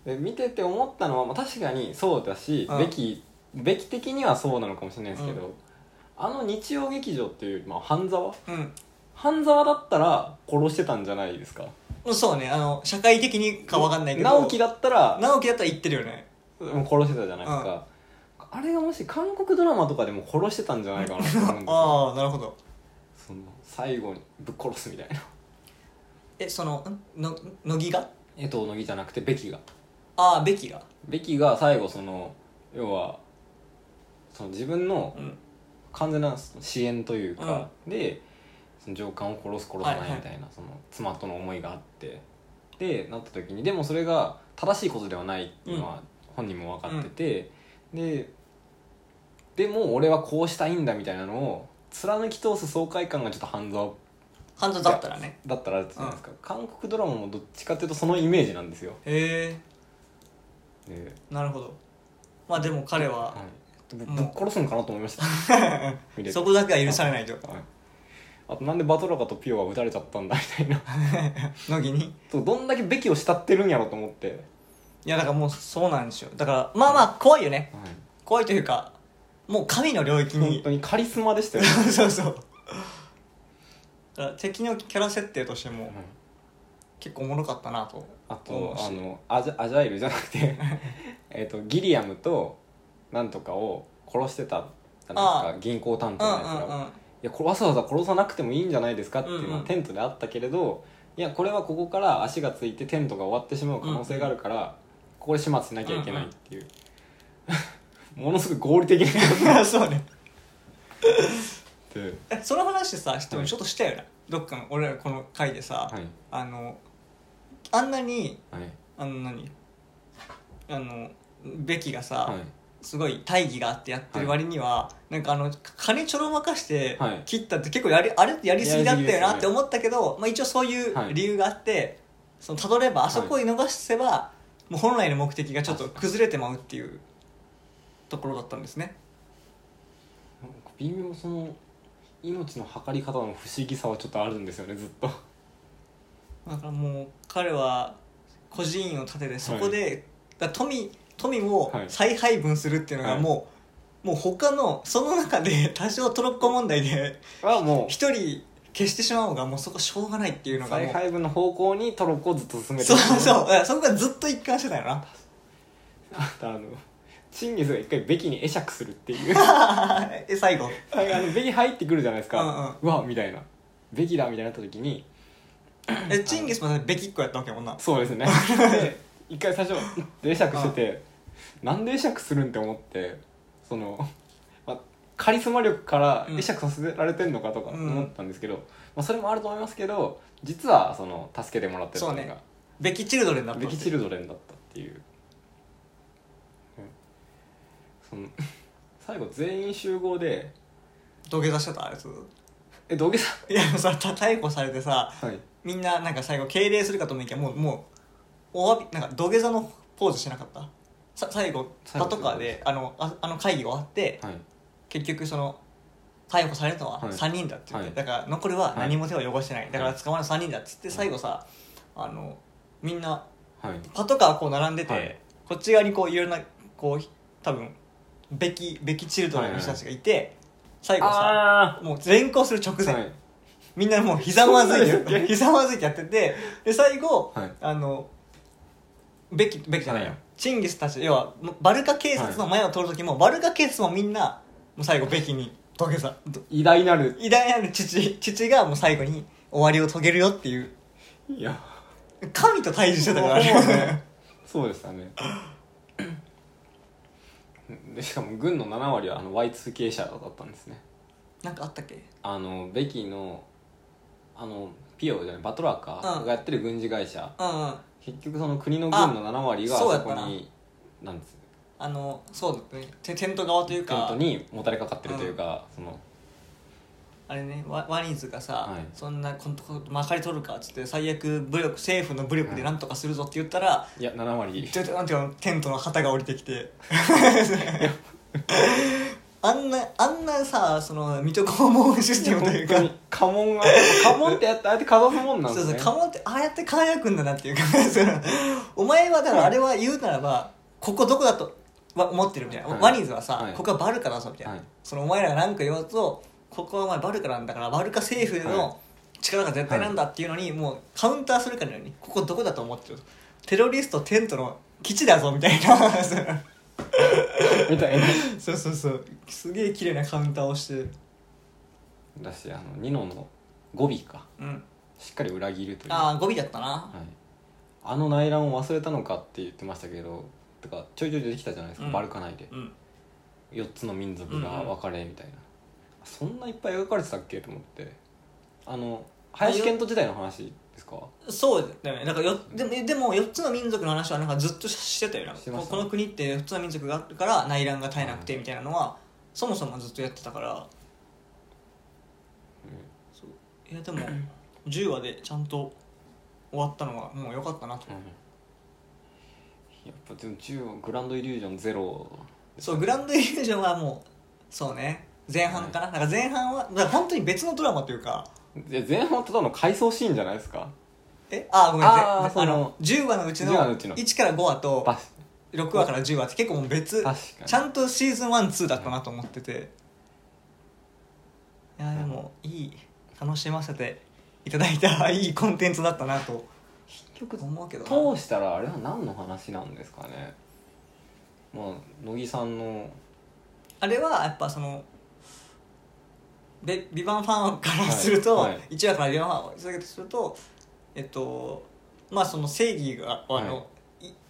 Speaker 2: で見てて思ったのは、まあ、確かにそうだし、
Speaker 1: うん
Speaker 2: べきべき的にはそうなのかもしれないですけど、
Speaker 1: う
Speaker 2: あの日曜劇場っていう、まあ、半沢
Speaker 1: うん
Speaker 2: 半沢だったら殺してたんじゃないですか
Speaker 1: うんそうねあの社会的にかわかんないけど
Speaker 2: 直樹だったら
Speaker 1: 直樹だったら言ってるよね
Speaker 2: もう殺してたじゃないですか、あれがもし韓国ドラマとかでも殺してたんじゃないかなと思うんですよ
Speaker 1: ああなるほど
Speaker 2: その最後にぶっ殺すみたいな
Speaker 1: えそのんの乃木が
Speaker 2: 江藤乃木じゃなくてベキが
Speaker 1: ああべきが
Speaker 2: ベキが最後その要はその自分の
Speaker 1: うん
Speaker 2: 完全な支援というか、でその上官を殺す殺さないみたいな、その妻との思いがあってでなった時にでもそれが正しいことではないっていうのは本人も分かってて、ででも俺はこうしたいんだみたいなのを貫き通す爽快感がちょっと半沢
Speaker 1: 半沢だったらね
Speaker 2: だったらあれじゃないですか、韓国ドラマもどっちかっていうとそのイメージなんですよ。
Speaker 1: へ
Speaker 2: で
Speaker 1: えなるほどまあでも彼は
Speaker 2: はい、ぶぶ
Speaker 1: も
Speaker 2: っ
Speaker 1: う
Speaker 2: 殺すんかなと思いました 見れて
Speaker 1: そこだけは許されないと
Speaker 2: はい、あとなんでバトラカとピオが撃たれちゃったんだみたいな
Speaker 1: 乃木に
Speaker 2: そうどんだけべきを慕ってるんやろと思って、
Speaker 1: いやだからもうそうなんですよだからまあまあ怖いよね
Speaker 2: はい、
Speaker 1: 怖いというかもう神の領域
Speaker 2: 本
Speaker 1: に
Speaker 2: 当にカリスマでしたよ、
Speaker 1: そうそうだから敵のキャラ設定として
Speaker 2: は
Speaker 1: も
Speaker 2: い
Speaker 1: 結構おもろかったなと
Speaker 2: あ
Speaker 1: 思
Speaker 2: と
Speaker 1: うし
Speaker 2: あのアジャアジャイルじゃなくて えっとギリアムとなんとかを殺してたじゃないですか銀行担
Speaker 1: う
Speaker 2: 当
Speaker 1: ん
Speaker 2: の
Speaker 1: うん
Speaker 2: やつらを、
Speaker 1: うん
Speaker 2: いやこれわざわざ殺さなくてもいいんじゃないですかっていうの
Speaker 1: うん
Speaker 2: は
Speaker 1: うん
Speaker 2: テントであったけれど、いやこれはここから足がついてテントが終わってしまう可能性があるから、ここで始末しなきゃいけないっていう、 ものすごい合理的 な
Speaker 1: そうね
Speaker 2: で、
Speaker 1: えその話さでも
Speaker 2: はい
Speaker 1: ちょっとしたよな、どっかの俺らこの回でさ、
Speaker 2: はい
Speaker 1: あのあんなに
Speaker 2: はい
Speaker 1: あの何あのベキがさ、
Speaker 2: はい
Speaker 1: すごい大義があってやってる割には、なんかあの金ちょろまかして
Speaker 2: はい
Speaker 1: 切ったって結構やりあれってやりすぎだったよなって思ったけど、まあ、一応そうい
Speaker 2: は
Speaker 1: う
Speaker 2: い
Speaker 1: 理由があって、そのたどればあそこを逃せば、もう本来の目的がちょっと崩れてまうっていうところだったんですね。
Speaker 2: なんか微妙その命の測り方の不思議さはちょっとあるんですよねずっと
Speaker 1: だからもう彼は孤児院を建ててそこで、だから富富を
Speaker 2: はい
Speaker 1: 再配分するっていうのがもう、もう他のその中で多少トロッコ問題で
Speaker 2: はもう
Speaker 1: 一人消してしまうのがもうそこしょうがないって いうのがも
Speaker 2: 再
Speaker 1: う
Speaker 2: 配分の方向にトロッコをずっと進めて
Speaker 1: そうそううだからそこがずっと一貫してたよな
Speaker 2: あとあのチンギスが一回ベキに会釈するって いう
Speaker 1: え最 後
Speaker 2: はいあのベギ入ってくるじゃないですか
Speaker 1: うんうん
Speaker 2: うわみたいなベギだみたいになった時に
Speaker 1: えチンギスまでべきっ子やったわけやもんな
Speaker 2: そうで すねで一回最初会釈しててなんで会釈するんって思ってその、まあ、カリスマ力から
Speaker 1: うん
Speaker 2: 会釈させられてんのかとか
Speaker 1: うん
Speaker 2: 思ったんですけど、まあ、それもあると思いますけど実はその助けてもらってたの
Speaker 1: そうね
Speaker 2: が、
Speaker 1: べきチルドレンだった
Speaker 2: ベキチ
Speaker 1: ル
Speaker 2: ルドレンだったっていう、うんその最後全員集合で
Speaker 1: 土下座してたあいつ
Speaker 2: え土下座
Speaker 1: いやさた逮捕されてさ
Speaker 2: はい
Speaker 1: みんななんか最後敬礼するかと思いきやもうもうお詫びなんか土下座のポーズしなかったさ最後
Speaker 2: 最
Speaker 1: パ
Speaker 2: 後
Speaker 1: トカーであのああの会議終わって
Speaker 2: はい
Speaker 1: 結局その逮捕されるのは
Speaker 2: はい
Speaker 1: 3人だって言って、
Speaker 2: はい
Speaker 1: だから残るは何も手を汚してない、だから
Speaker 2: はい
Speaker 1: 捕まるの3人だっつって最後さあのみんな
Speaker 2: はい
Speaker 1: パトカーこう並んでて、
Speaker 2: はい
Speaker 1: こっち側にこういろんなこう多分べきべきチルドレンの人たちがいて、最後さ
Speaker 2: あ
Speaker 1: もう連行する直
Speaker 2: ー
Speaker 1: 前、
Speaker 2: はい
Speaker 1: みんなもうひざまずい
Speaker 2: そうなんです
Speaker 1: て
Speaker 2: ね
Speaker 1: ひざまずいてやっててで最後、
Speaker 2: はい
Speaker 1: あのベキベキじゃないよ、
Speaker 2: はい
Speaker 1: チンギスたち要はバルカ警察の前を通る時も、バルカ警察もみんなもう最後ベキに土下座ど
Speaker 2: 偉大なる
Speaker 1: 偉大なる父父がもう最後に終わりを遂げるよっていう
Speaker 2: いや
Speaker 1: 神と対峙してたから
Speaker 2: そ
Speaker 1: ね
Speaker 2: うね そうでしたねでしかも軍の7割はあの Y2K 社だったんですね
Speaker 1: なんかあったっけ
Speaker 2: あのベキのあのピオじゃないバトラー
Speaker 1: う
Speaker 2: か
Speaker 1: ん
Speaker 2: がやってる軍事会社、
Speaker 1: うんうん
Speaker 2: 結局その国の軍の7割が
Speaker 1: あ
Speaker 2: そ
Speaker 1: そうやった
Speaker 2: こ
Speaker 1: な
Speaker 2: になんです
Speaker 1: あのそうだったねテテント側という
Speaker 2: テン
Speaker 1: か
Speaker 2: トにもたれかかってるというか、その
Speaker 1: あれねワワニーズがさ、
Speaker 2: はい
Speaker 1: そんなこんとこまかり取るかっつって最悪武力政府の武力でなんとかするぞって言ったら、
Speaker 2: いや7割
Speaker 1: ちょっとなんていうのテントの旗が降りてきてあんなあんなさその水戸黄門システムというか
Speaker 2: 本当に家紋が家紋ってやってあえてかざすもんなん
Speaker 1: そ
Speaker 2: で
Speaker 1: う
Speaker 2: す
Speaker 1: そう
Speaker 2: ね
Speaker 1: カモンってああやって輝くんだなっていうかそのお前はだからあれは言うならばここどこだとわ思ってるみたいな、
Speaker 2: はい
Speaker 1: ワニーズはさ、
Speaker 2: はい
Speaker 1: ここはバルカだぞみたいな、
Speaker 2: はい
Speaker 1: そのお前らが何か言わずとここはお前バルカなんだからバルカ政府
Speaker 2: はい
Speaker 1: の力が絶対なんだっていうのに、もうカウンターするかのようにここどこだと思ってるテロリストテントの基地だぞみたいな その
Speaker 2: みたいな
Speaker 1: そうそうそうすげえ綺麗なカウンターをして
Speaker 2: だしあのニノの語尾か
Speaker 1: うん
Speaker 2: しっかり裏切るという
Speaker 1: ああ語尾だったな
Speaker 2: はい、あの内乱を忘れたのかって言ってましたけどとかちょいちょい出てきたじゃないですか、
Speaker 1: うん
Speaker 2: バルカ内で
Speaker 1: うん
Speaker 2: 4つの民族が分かれみたいな、そんないっぱい描かれてたっけと思ってあの林遣都時代の話ですか
Speaker 1: そうだよねなんかよでもでも4つの民族の話はなんかずっとしてたよな
Speaker 2: してま
Speaker 1: こ
Speaker 2: した
Speaker 1: この国って4つの民族があるから内乱が絶えなくてみたいなのはそもそもずっとやってたから、そういやでも10話でちゃんと終わったのはもう良かったなと、
Speaker 2: やっぱでも中央グランドイリュージョンゼロ
Speaker 1: そうグランドイリュージョンはもうそうね前半かな,、なんか前半はだから本当に別のドラマというか
Speaker 2: で前半はただの回想シーンじゃないですか
Speaker 1: えあごめん
Speaker 2: あ
Speaker 1: な
Speaker 2: ー
Speaker 1: さいあ
Speaker 2: その
Speaker 1: の10話のうちの
Speaker 2: 10話のうちの
Speaker 1: 1から5話と
Speaker 2: バス
Speaker 1: 6話から10話って結構もう別
Speaker 2: 確かに
Speaker 1: ちゃんとシーズン12だったなと思ってていやでもいい楽しませていただいた いいコンテンツだったなと
Speaker 2: 結局
Speaker 1: 思うけどな
Speaker 2: 通したらあれは何の話なんですかねまあ乃木さんの
Speaker 1: あれはやっぱその「でビバンファンからすると、
Speaker 2: はいはい
Speaker 1: 一話から「ビバンファンを続けてするとえっとまあその正義があの、、
Speaker 2: は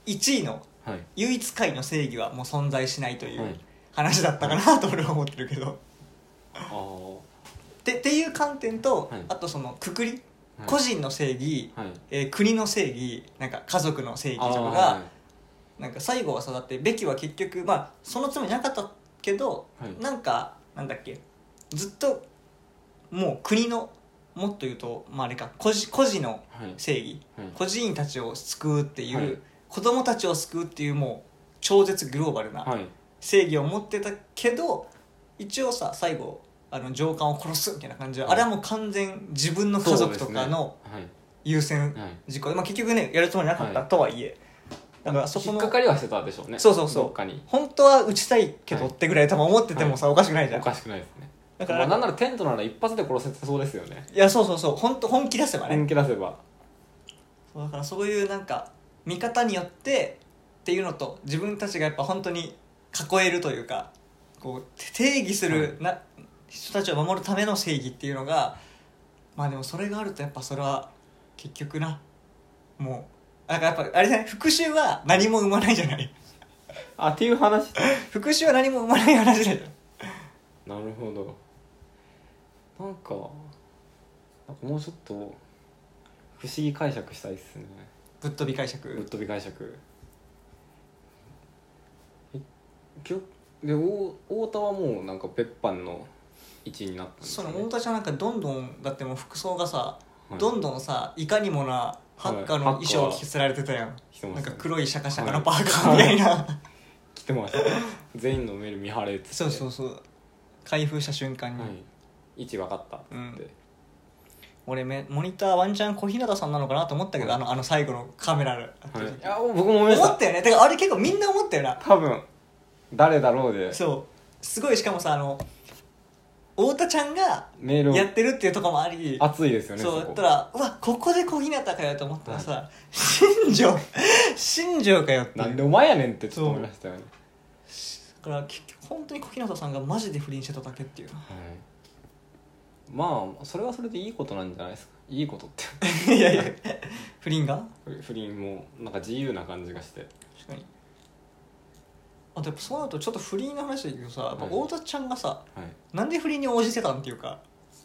Speaker 2: い
Speaker 1: 1位の
Speaker 2: はい
Speaker 1: 唯一界の正義はもう存在しないとい
Speaker 2: は
Speaker 1: う
Speaker 2: い
Speaker 1: 話だったかなと俺は思ってるけど。
Speaker 2: ああ
Speaker 1: てっていう観点と、
Speaker 2: はい
Speaker 1: あとそのくくり、
Speaker 2: はい
Speaker 1: 個人の正義、
Speaker 2: はい
Speaker 1: えー国の正義なんか家族の正義とかが、
Speaker 2: あ
Speaker 1: なんか最後はさだってべきは結局まあそのつもりなかったけど、
Speaker 2: はい
Speaker 1: なんかなんだっけずっともう国のもっと言うと、まあ、あれか孤児孤児の
Speaker 2: ーはいはい
Speaker 1: 正義、
Speaker 2: はい
Speaker 1: 孤児院たちを救うっていう、
Speaker 2: はい
Speaker 1: 子供たちを救うっていうもう超絶グローバルな、
Speaker 2: はい
Speaker 1: 正義を持ってたけど一応さ最後あの上官を殺すみたいな感じで、
Speaker 2: はい
Speaker 1: あれはもう完全自分の家族とかの
Speaker 2: そうですね
Speaker 1: 優先
Speaker 2: はいはい
Speaker 1: 事項で、まあ、結局ねやるつもりなかった
Speaker 2: はい
Speaker 1: とはいえ、だからそこ
Speaker 2: 引っ
Speaker 1: の
Speaker 2: かかりはしてたでしょうね
Speaker 1: そうそうそう
Speaker 2: どっかに
Speaker 1: 本当は打ちたいけど
Speaker 2: はい
Speaker 1: ってぐらい多分思っててもさ、おかしくないじゃ
Speaker 2: お
Speaker 1: ん
Speaker 2: かしくないですね
Speaker 1: だ
Speaker 2: だ
Speaker 1: か
Speaker 2: からら、まあ、なんならテントなら一発で殺せてそうですよね
Speaker 1: いやそうそうそう本当本気出せばね、
Speaker 2: 本気出せば
Speaker 1: そうだからそういうなんか見方によってっていうのと自分たちがやっぱ本当に囲えるというかこうて定義するな、人たちを守るための正義っていうのがまあでもそれがあるとやっぱそれは結局なもうなんかやっぱあれじゃない復讐は何も生まないじゃない
Speaker 2: あっていう話
Speaker 1: 復讐は何も生まない話だよ
Speaker 2: なるほどなんかなんかもうちょっと不思議解釈したいっすね
Speaker 1: ぶっ飛び解
Speaker 2: ぶっ
Speaker 1: 釈
Speaker 2: 飛び解釈えきょでお太田はもうなんか別班の一員になったんです
Speaker 1: そ
Speaker 2: よ
Speaker 1: の
Speaker 2: ね
Speaker 1: 太田ちゃんなんかどんどんだってもう服装がさ、
Speaker 2: はい
Speaker 1: どんどんさいかにもなハッカーの
Speaker 2: はい
Speaker 1: 衣装を着せられてたやん、
Speaker 2: してま
Speaker 1: なん
Speaker 2: した
Speaker 1: か
Speaker 2: ね
Speaker 1: 黒いシャカシャカのパーカーみたいな、
Speaker 2: 来て ました全員のメール見張れっつって
Speaker 1: そうそうそう開封した瞬間に、
Speaker 2: はい、位置分かったっつって、
Speaker 1: うん俺めモニターワンチャン小日向さんなのかなと思ったけど、
Speaker 2: はい
Speaker 1: あのあの最後のカメラで、
Speaker 2: はい、いや僕も思いまし
Speaker 1: 思ったたよねてかあれ結構みんな思ったよな
Speaker 2: 多分誰だろうで
Speaker 1: そうすごいしかもさあの太田ちゃんが
Speaker 2: メールを
Speaker 1: やってるっていうところもあり
Speaker 2: 熱いですよね
Speaker 1: そう
Speaker 2: そ
Speaker 1: だっ
Speaker 2: こ
Speaker 1: たらうわここで小日向かよと思ったらさ、新庄新庄かよっていう
Speaker 2: なんでお前やねんってちょっと思いましたよね、
Speaker 1: だから結局本当に小日向さんがマジで不倫してただけっていう な
Speaker 2: はい、まあそれはそれでいいことなんじゃないですかいいことって
Speaker 1: いやい や不倫が
Speaker 2: 不倫もなんか自由な感じがして
Speaker 1: 確かにあとやっぱそうなるとちょっと不倫の話だけどさやっぱ
Speaker 2: はい
Speaker 1: 太田ちゃんがさ
Speaker 2: はい
Speaker 1: なんで不倫に応じてたんっていうか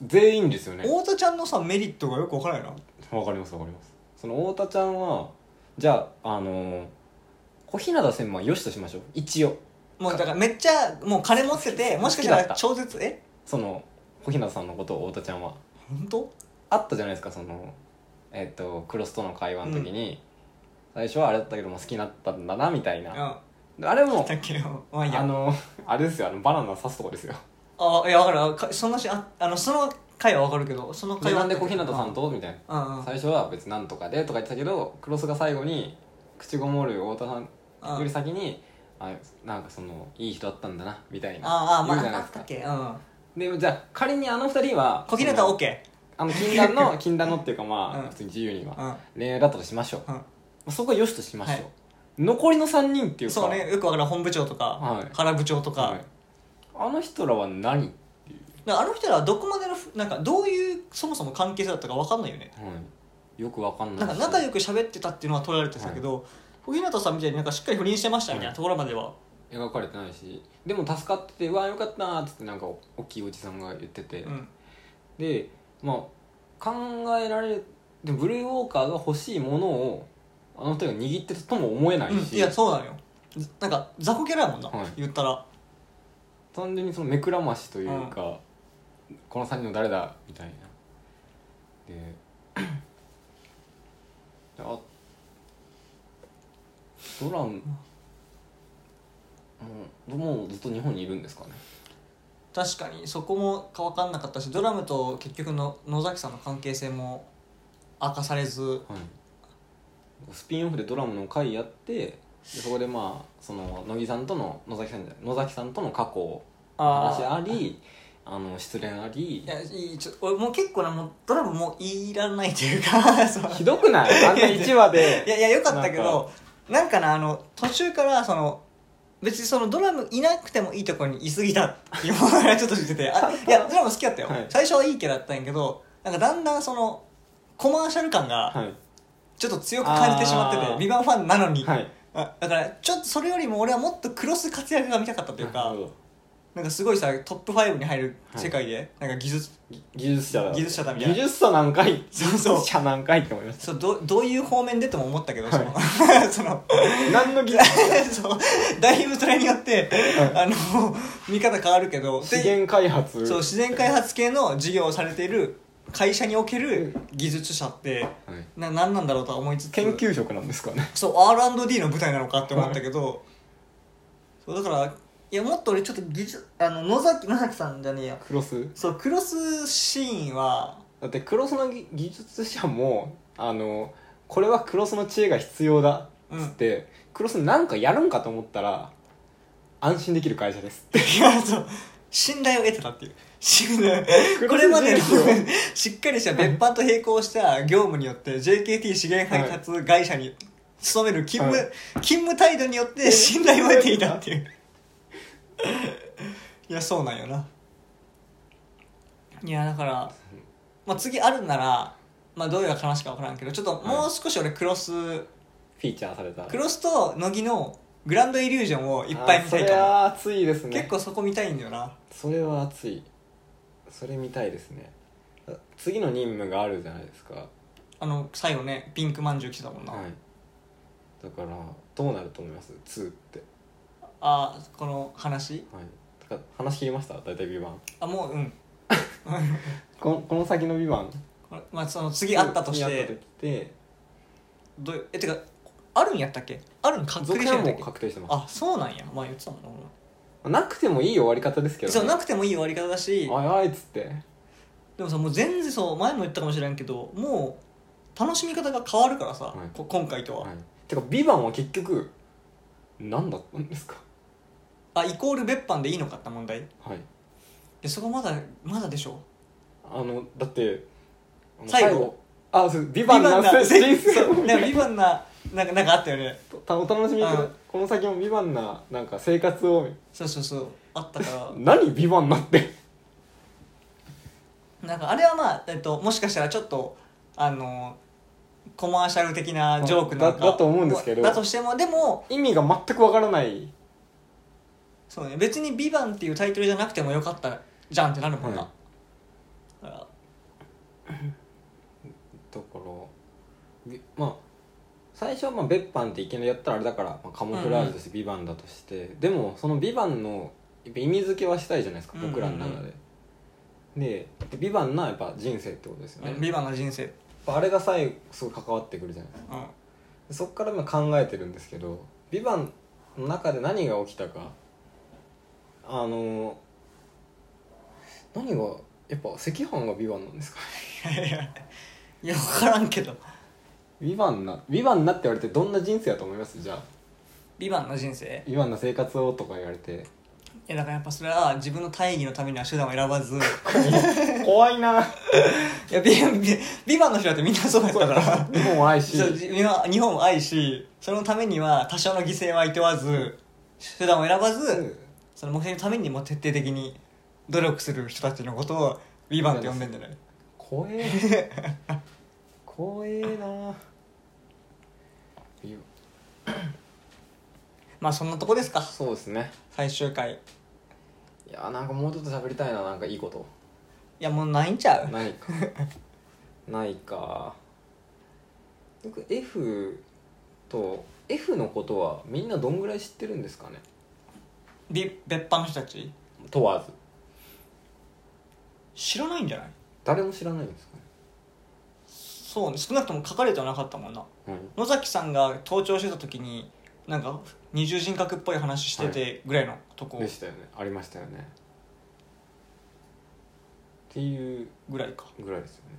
Speaker 2: 全員ですよね
Speaker 1: 太田ちゃんのさメリットがよくわからないな
Speaker 2: わかりますわかりますその太田ちゃんはじゃああのー小日向専務はよしとしましょう一応
Speaker 1: もうだからめっちゃもう金持っててもしかした
Speaker 2: 好
Speaker 1: ら
Speaker 2: きだった
Speaker 1: 超絶え
Speaker 2: その小日向さんのことを太田ちゃんは
Speaker 1: 本当
Speaker 2: あったじゃないですかそのえっ、とクロスとの会話の時に、最初はあれだったけども好きになったんだなみたいな、
Speaker 1: う
Speaker 2: あれ
Speaker 1: ん
Speaker 2: も
Speaker 1: だっけどまあいいや
Speaker 2: あのあれですよあのバナナ刺すとこですよ
Speaker 1: あいや分かるかそのしああのその回は分かるけどその
Speaker 2: で
Speaker 1: 回は
Speaker 2: なんで小日向さんとみたいな
Speaker 1: うんうん
Speaker 2: 最初は別になんとかでとか言ってたけどクロスが最後に口ごもる太田さん
Speaker 1: あ
Speaker 2: より先にあなんかそのいい人だったんだなみたいな
Speaker 1: ああ
Speaker 2: 言う
Speaker 1: ま
Speaker 2: じゃな
Speaker 1: あ
Speaker 2: い
Speaker 1: あっ
Speaker 2: です
Speaker 1: た
Speaker 2: か
Speaker 1: っけうん
Speaker 2: でもじゃあ仮にあの二人は
Speaker 1: 小日向
Speaker 2: そ
Speaker 1: は
Speaker 2: の
Speaker 1: OK
Speaker 2: あの禁断の 禁断のっていうかまあ、
Speaker 1: うん
Speaker 2: 普通に自由に
Speaker 1: う
Speaker 2: は
Speaker 1: ん
Speaker 2: 恋愛だったとしましょう、
Speaker 1: うん
Speaker 2: まあそこはよしとしましょう、
Speaker 1: はい
Speaker 2: 残りの3人っていうか
Speaker 1: そうねよくわからん本部長と
Speaker 2: は
Speaker 1: か
Speaker 2: い
Speaker 1: 原部長とか
Speaker 2: はいあの人らは何、はい、
Speaker 1: だからあの人らはどこまでのふなんかどういうそもそも関係性だったか分かんないよね
Speaker 2: よくわかんない
Speaker 1: なんか
Speaker 2: し
Speaker 1: 仲良く喋ってたっていうのは取られてたけど小日向さんみたいになんかしっかり不倫してましたみたいなところまでは
Speaker 2: 描かれてないしでも助かってて「うわよかった」っつってなんかお大きいおじさんが言ってて、
Speaker 1: うん
Speaker 2: でまあ考えられでブルーウォーカーが欲しいものをあの人が握ってたとも思えない
Speaker 1: うん
Speaker 2: し、
Speaker 1: いやそうなのよなんか雑魚キャラやもんな
Speaker 2: はい
Speaker 1: 言ったら
Speaker 2: 単純にその目くらましというか、この3人の誰だみたいなで であドランもうもうずっと日本にいるんですかね
Speaker 1: 確かにそこも分かんなかったしドラムと結局の野崎さんの関係性も明かされず
Speaker 2: はいスピンオフでドラムの回やってでそこでまあその乃木さんとの野崎さんじゃない野崎さんとの過去を話ありあの失恋あり
Speaker 1: いやいいちょ俺もう結構なもうドラムもういらないというか そう
Speaker 2: ひどくないあんな1話
Speaker 1: い
Speaker 2: で
Speaker 1: やいやよかったけどなんかなあの途中からその別にそのドラムいなくてもいいところにいすぎたっていうものがちょっとしててあいやドラム好きだったよ、
Speaker 2: はい
Speaker 1: 最初はいいキャラだったんやけどなんかだんだんそのコマーシャル感が
Speaker 2: はい
Speaker 1: ちょっと強く感じてしまって
Speaker 2: あ
Speaker 1: て
Speaker 2: ー
Speaker 1: 「ビバンファンなのに、
Speaker 2: はい
Speaker 1: あだからちょっとそれよりも俺はもっとクロス活躍が見たかったという
Speaker 2: な
Speaker 1: か
Speaker 2: るほど
Speaker 1: なんかすごいさトップ5に入る世界で、なんか技術
Speaker 2: ぎ技術者だ
Speaker 1: 技術者だみたいな
Speaker 2: 技術者何回
Speaker 1: そうそう
Speaker 2: 技術者何回って思いまし
Speaker 1: そうどどういう方面でとも思ったけど、その
Speaker 2: た何の技術
Speaker 1: そのそうだいぶそれによって、あの見方変わるけど
Speaker 2: 資
Speaker 1: で
Speaker 2: 源開発
Speaker 1: そう自然開発系の事業をされている会社における
Speaker 2: う
Speaker 1: 技術者って
Speaker 2: はい
Speaker 1: な何なんだろうとは思いつつ
Speaker 2: 研究職なんですかね
Speaker 1: そう R&D の舞台なのかって思ったけど、そうだからいやもっと俺ちょっと技術あの野崎野崎さんじゃねえや
Speaker 2: クロス
Speaker 1: そうクロスシーンは
Speaker 2: だってクロスの技技術者もあのこれはクロスの知恵が必要だっつって、クロスなんかやるんかと思ったら安心できる会社ですって
Speaker 1: いやそう信頼を得てたっていう信頼
Speaker 2: 黒
Speaker 1: これまでの
Speaker 2: 字ですよ
Speaker 1: しっかりした別班と並行した業務によって JKT 資源配達会社に勤める勤務、
Speaker 2: はい
Speaker 1: 勤務態度によって信頼を得ていたっていういやそうなんよないやだから、まあ、次あるなら、まあ、どういう話か分からんけどちょっともう少し俺クロス、
Speaker 2: フィーチャーされた
Speaker 1: クロスと乃木のグランドイリュージョンをいっぱい見たい
Speaker 2: あーそれ
Speaker 1: か
Speaker 2: は熱いです
Speaker 1: も
Speaker 2: ね
Speaker 1: 結構そこ見たいんだよな
Speaker 2: それは熱いそれ見たいですねあ次の任務があるじゃないですかはい
Speaker 1: あの最後ねピンクまんじゅう来てたもんな、
Speaker 2: だからどうなると思います2って
Speaker 1: あこの話
Speaker 2: はいだから話聞きました大体ビバン
Speaker 1: あもううん
Speaker 2: このこの先のビバン
Speaker 1: これまあその次あったとし
Speaker 2: 次あってたとして
Speaker 1: どうえてかあるんやったっけあるん確
Speaker 2: 続
Speaker 1: 定し
Speaker 2: 編
Speaker 1: て
Speaker 2: は
Speaker 1: んや
Speaker 2: も
Speaker 1: った
Speaker 2: う
Speaker 1: っ
Speaker 2: 確定して
Speaker 1: け
Speaker 2: ます
Speaker 1: あそうなんやまあ言ってたもんな俺も
Speaker 2: なくてもいい終わり方ですけど、ね、
Speaker 1: そうなくてもいい終わり方だし
Speaker 2: あいあいっつって
Speaker 1: でもさもう全然そう前も言ったかもしれんけどもう楽しみ方が変わるからさ、
Speaker 2: はい
Speaker 1: こ今回とは、
Speaker 2: はいてか「ビバンは結局何だったんですか
Speaker 1: あイコール別班でいいのかって問題
Speaker 2: はい
Speaker 1: えそこまだまだでしょ
Speaker 2: あのだってあの
Speaker 1: 最後
Speaker 2: あそう「ビバンなんです人生
Speaker 1: そう
Speaker 2: を
Speaker 1: ねビバンななんかなんかあったよね
Speaker 2: たお楽しみくだ
Speaker 1: うん
Speaker 2: この先も「ビバンななんか生活を
Speaker 1: そうそうそうあったか
Speaker 2: 何「ビバンなって
Speaker 1: らなんかあれはまあ、えっと、もしかしたらちょっとあのコマーシャル的なジョークなのか
Speaker 2: だだと思うんですけど
Speaker 1: だとしてもでも
Speaker 2: 意味が全くわからない
Speaker 1: そうね別に「ビバンっていうタイトルじゃなくてもよかったじゃんってなるもんな、
Speaker 2: はい
Speaker 1: だから
Speaker 2: だからびまあ最初はまあ別班っていきなりやったらあれだから、まあ、カモフラージュとして「ビバンだとして、でもその「ビバンのやっぱ意味付けはしたいじゃないですか
Speaker 1: うんうんうん
Speaker 2: 僕らの中で、で「でビバンなやっぱ人生ってことですよ
Speaker 1: う
Speaker 2: ね、
Speaker 1: ん
Speaker 2: やっ
Speaker 1: ビバンの人生、うん、
Speaker 2: ぱあれが最後すごい関わってくるじゃないですかでそこから今考えてるんですけど「ビバンの中で何が起きたかあの何がやっぱ赤飯が「ビバンなんですかね
Speaker 1: いや分からんけど
Speaker 2: 「ビバンな「ビバンなって言われてどんな人生だと思いますじゃあ
Speaker 1: 「ビバンの人生
Speaker 2: 「ビバンの生活を」とか言われて
Speaker 1: いやだからやっぱそれは自分の大義のためには手段を選ばずい
Speaker 2: 怖いな
Speaker 1: やビビビバンの人だってみんなそうやったから
Speaker 2: 日本を愛し
Speaker 1: そうじ日本日本を愛しそのためには多少の犠牲はいとわず手段を選ばず、その目標のためにも徹底的に努力する人たちのことを「ビバンって呼んでんじゃない
Speaker 2: 怖え怖えなビ
Speaker 1: まあそんなとこですか
Speaker 2: そうですね
Speaker 1: 最終回
Speaker 2: いやなんかもうちょっと喋りたいななんかいいこと
Speaker 1: いやもうないんちゃう
Speaker 2: ないかないか僕 F と F のことはみんなどんぐらい知ってるんですかね
Speaker 1: び別班の人たち
Speaker 2: 問わず
Speaker 1: 知らないんじゃない
Speaker 2: 誰も知らないんですかね
Speaker 1: そうね少なくとも書かれてはなかったもんな野崎さんが登頂してた時になんか二重人格っぽい話しててぐらいのとこ
Speaker 2: でしたよねありましたよねっていう
Speaker 1: ぐらいか
Speaker 2: ぐらいですよね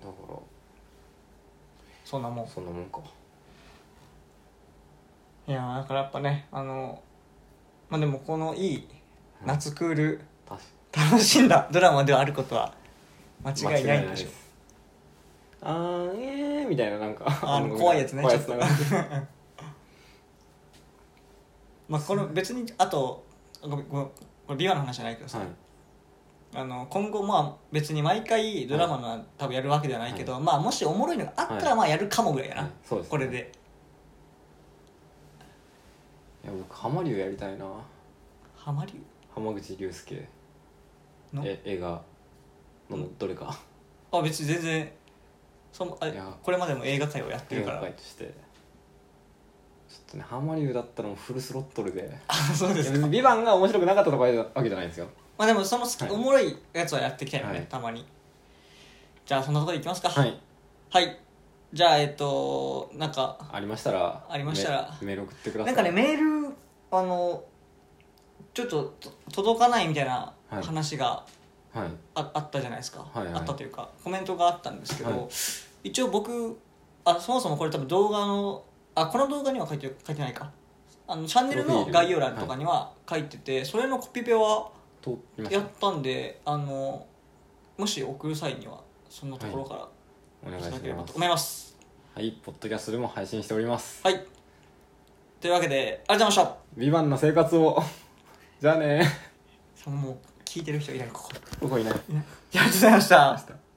Speaker 2: だから
Speaker 1: そんなもん
Speaker 2: そんなもんか
Speaker 1: いやーだからやっぱねあのまあでもこのいい夏クール
Speaker 2: 確か
Speaker 1: 楽しんだドラマではあることは間違いないんでしょ
Speaker 2: 間違すあーえーみたいななんか
Speaker 1: あの怖いやつね
Speaker 2: 怖いやつ
Speaker 1: ちょ
Speaker 2: な
Speaker 1: っ
Speaker 2: ん
Speaker 1: と
Speaker 2: か
Speaker 1: まあこの別にあとごめんごめんこれビワの話じゃないけどさ、
Speaker 2: はい
Speaker 1: あの今後まあ別に毎回ドラマの多分やるわけではないけど、まあもしおもろいのがあった
Speaker 2: は
Speaker 1: らまあやるかもぐらいやな、
Speaker 2: はいそうですね
Speaker 1: これで
Speaker 2: いや僕浜龍やりたいな
Speaker 1: ハマり
Speaker 2: 浜口竜介
Speaker 1: の
Speaker 2: え映画
Speaker 1: う
Speaker 2: のどれか
Speaker 1: あ別に全然そのあ
Speaker 2: いや
Speaker 1: これまでも映画界をやって
Speaker 2: 映
Speaker 1: るか
Speaker 2: 画
Speaker 1: ら
Speaker 2: 界としてちょっとね浜龍だったらもうフルスロットルで
Speaker 1: あそうですか
Speaker 2: 「ビバンが面白くなかったとかわけじゃないんですよ
Speaker 1: まあでもその好き、
Speaker 2: はい
Speaker 1: おもろいやつはやっていきたいよね、
Speaker 2: はい
Speaker 1: たまにじゃあそんなところでいきますか
Speaker 2: はい
Speaker 1: はいじゃあえっとなんか
Speaker 2: ありましたら
Speaker 1: ありましたら
Speaker 2: メメール送ってくださ
Speaker 1: ないんかねメールあのちょっとと届かないみたいな
Speaker 2: はい
Speaker 1: 話が
Speaker 2: はい
Speaker 1: あ,、あったじゃないですか、
Speaker 2: はいはい
Speaker 1: あったというかコメントがあったんですけど、
Speaker 2: はい
Speaker 1: 一応僕あそもそもこれ多分動画のあこの動画には書いて書いてないかあのチャンネル
Speaker 2: プロ
Speaker 1: の
Speaker 2: フィール
Speaker 1: 概要欄とかには書いてて、それのコピペは
Speaker 2: といまし
Speaker 1: や
Speaker 2: た
Speaker 1: ったんであのもし送る際にはそんなところから
Speaker 2: お願
Speaker 1: い
Speaker 2: い
Speaker 1: ただけ
Speaker 2: し
Speaker 1: れば
Speaker 2: ま
Speaker 1: と
Speaker 2: す
Speaker 1: 思います
Speaker 2: はいポッドキャストでも配信しております
Speaker 1: はいというわけでありがとうございま
Speaker 2: 「ビバンの生活を じゃあね
Speaker 1: したもう聞いてる人いないここ
Speaker 2: 僕いな
Speaker 1: い
Speaker 2: い
Speaker 1: やありがとうございました
Speaker 2: 明日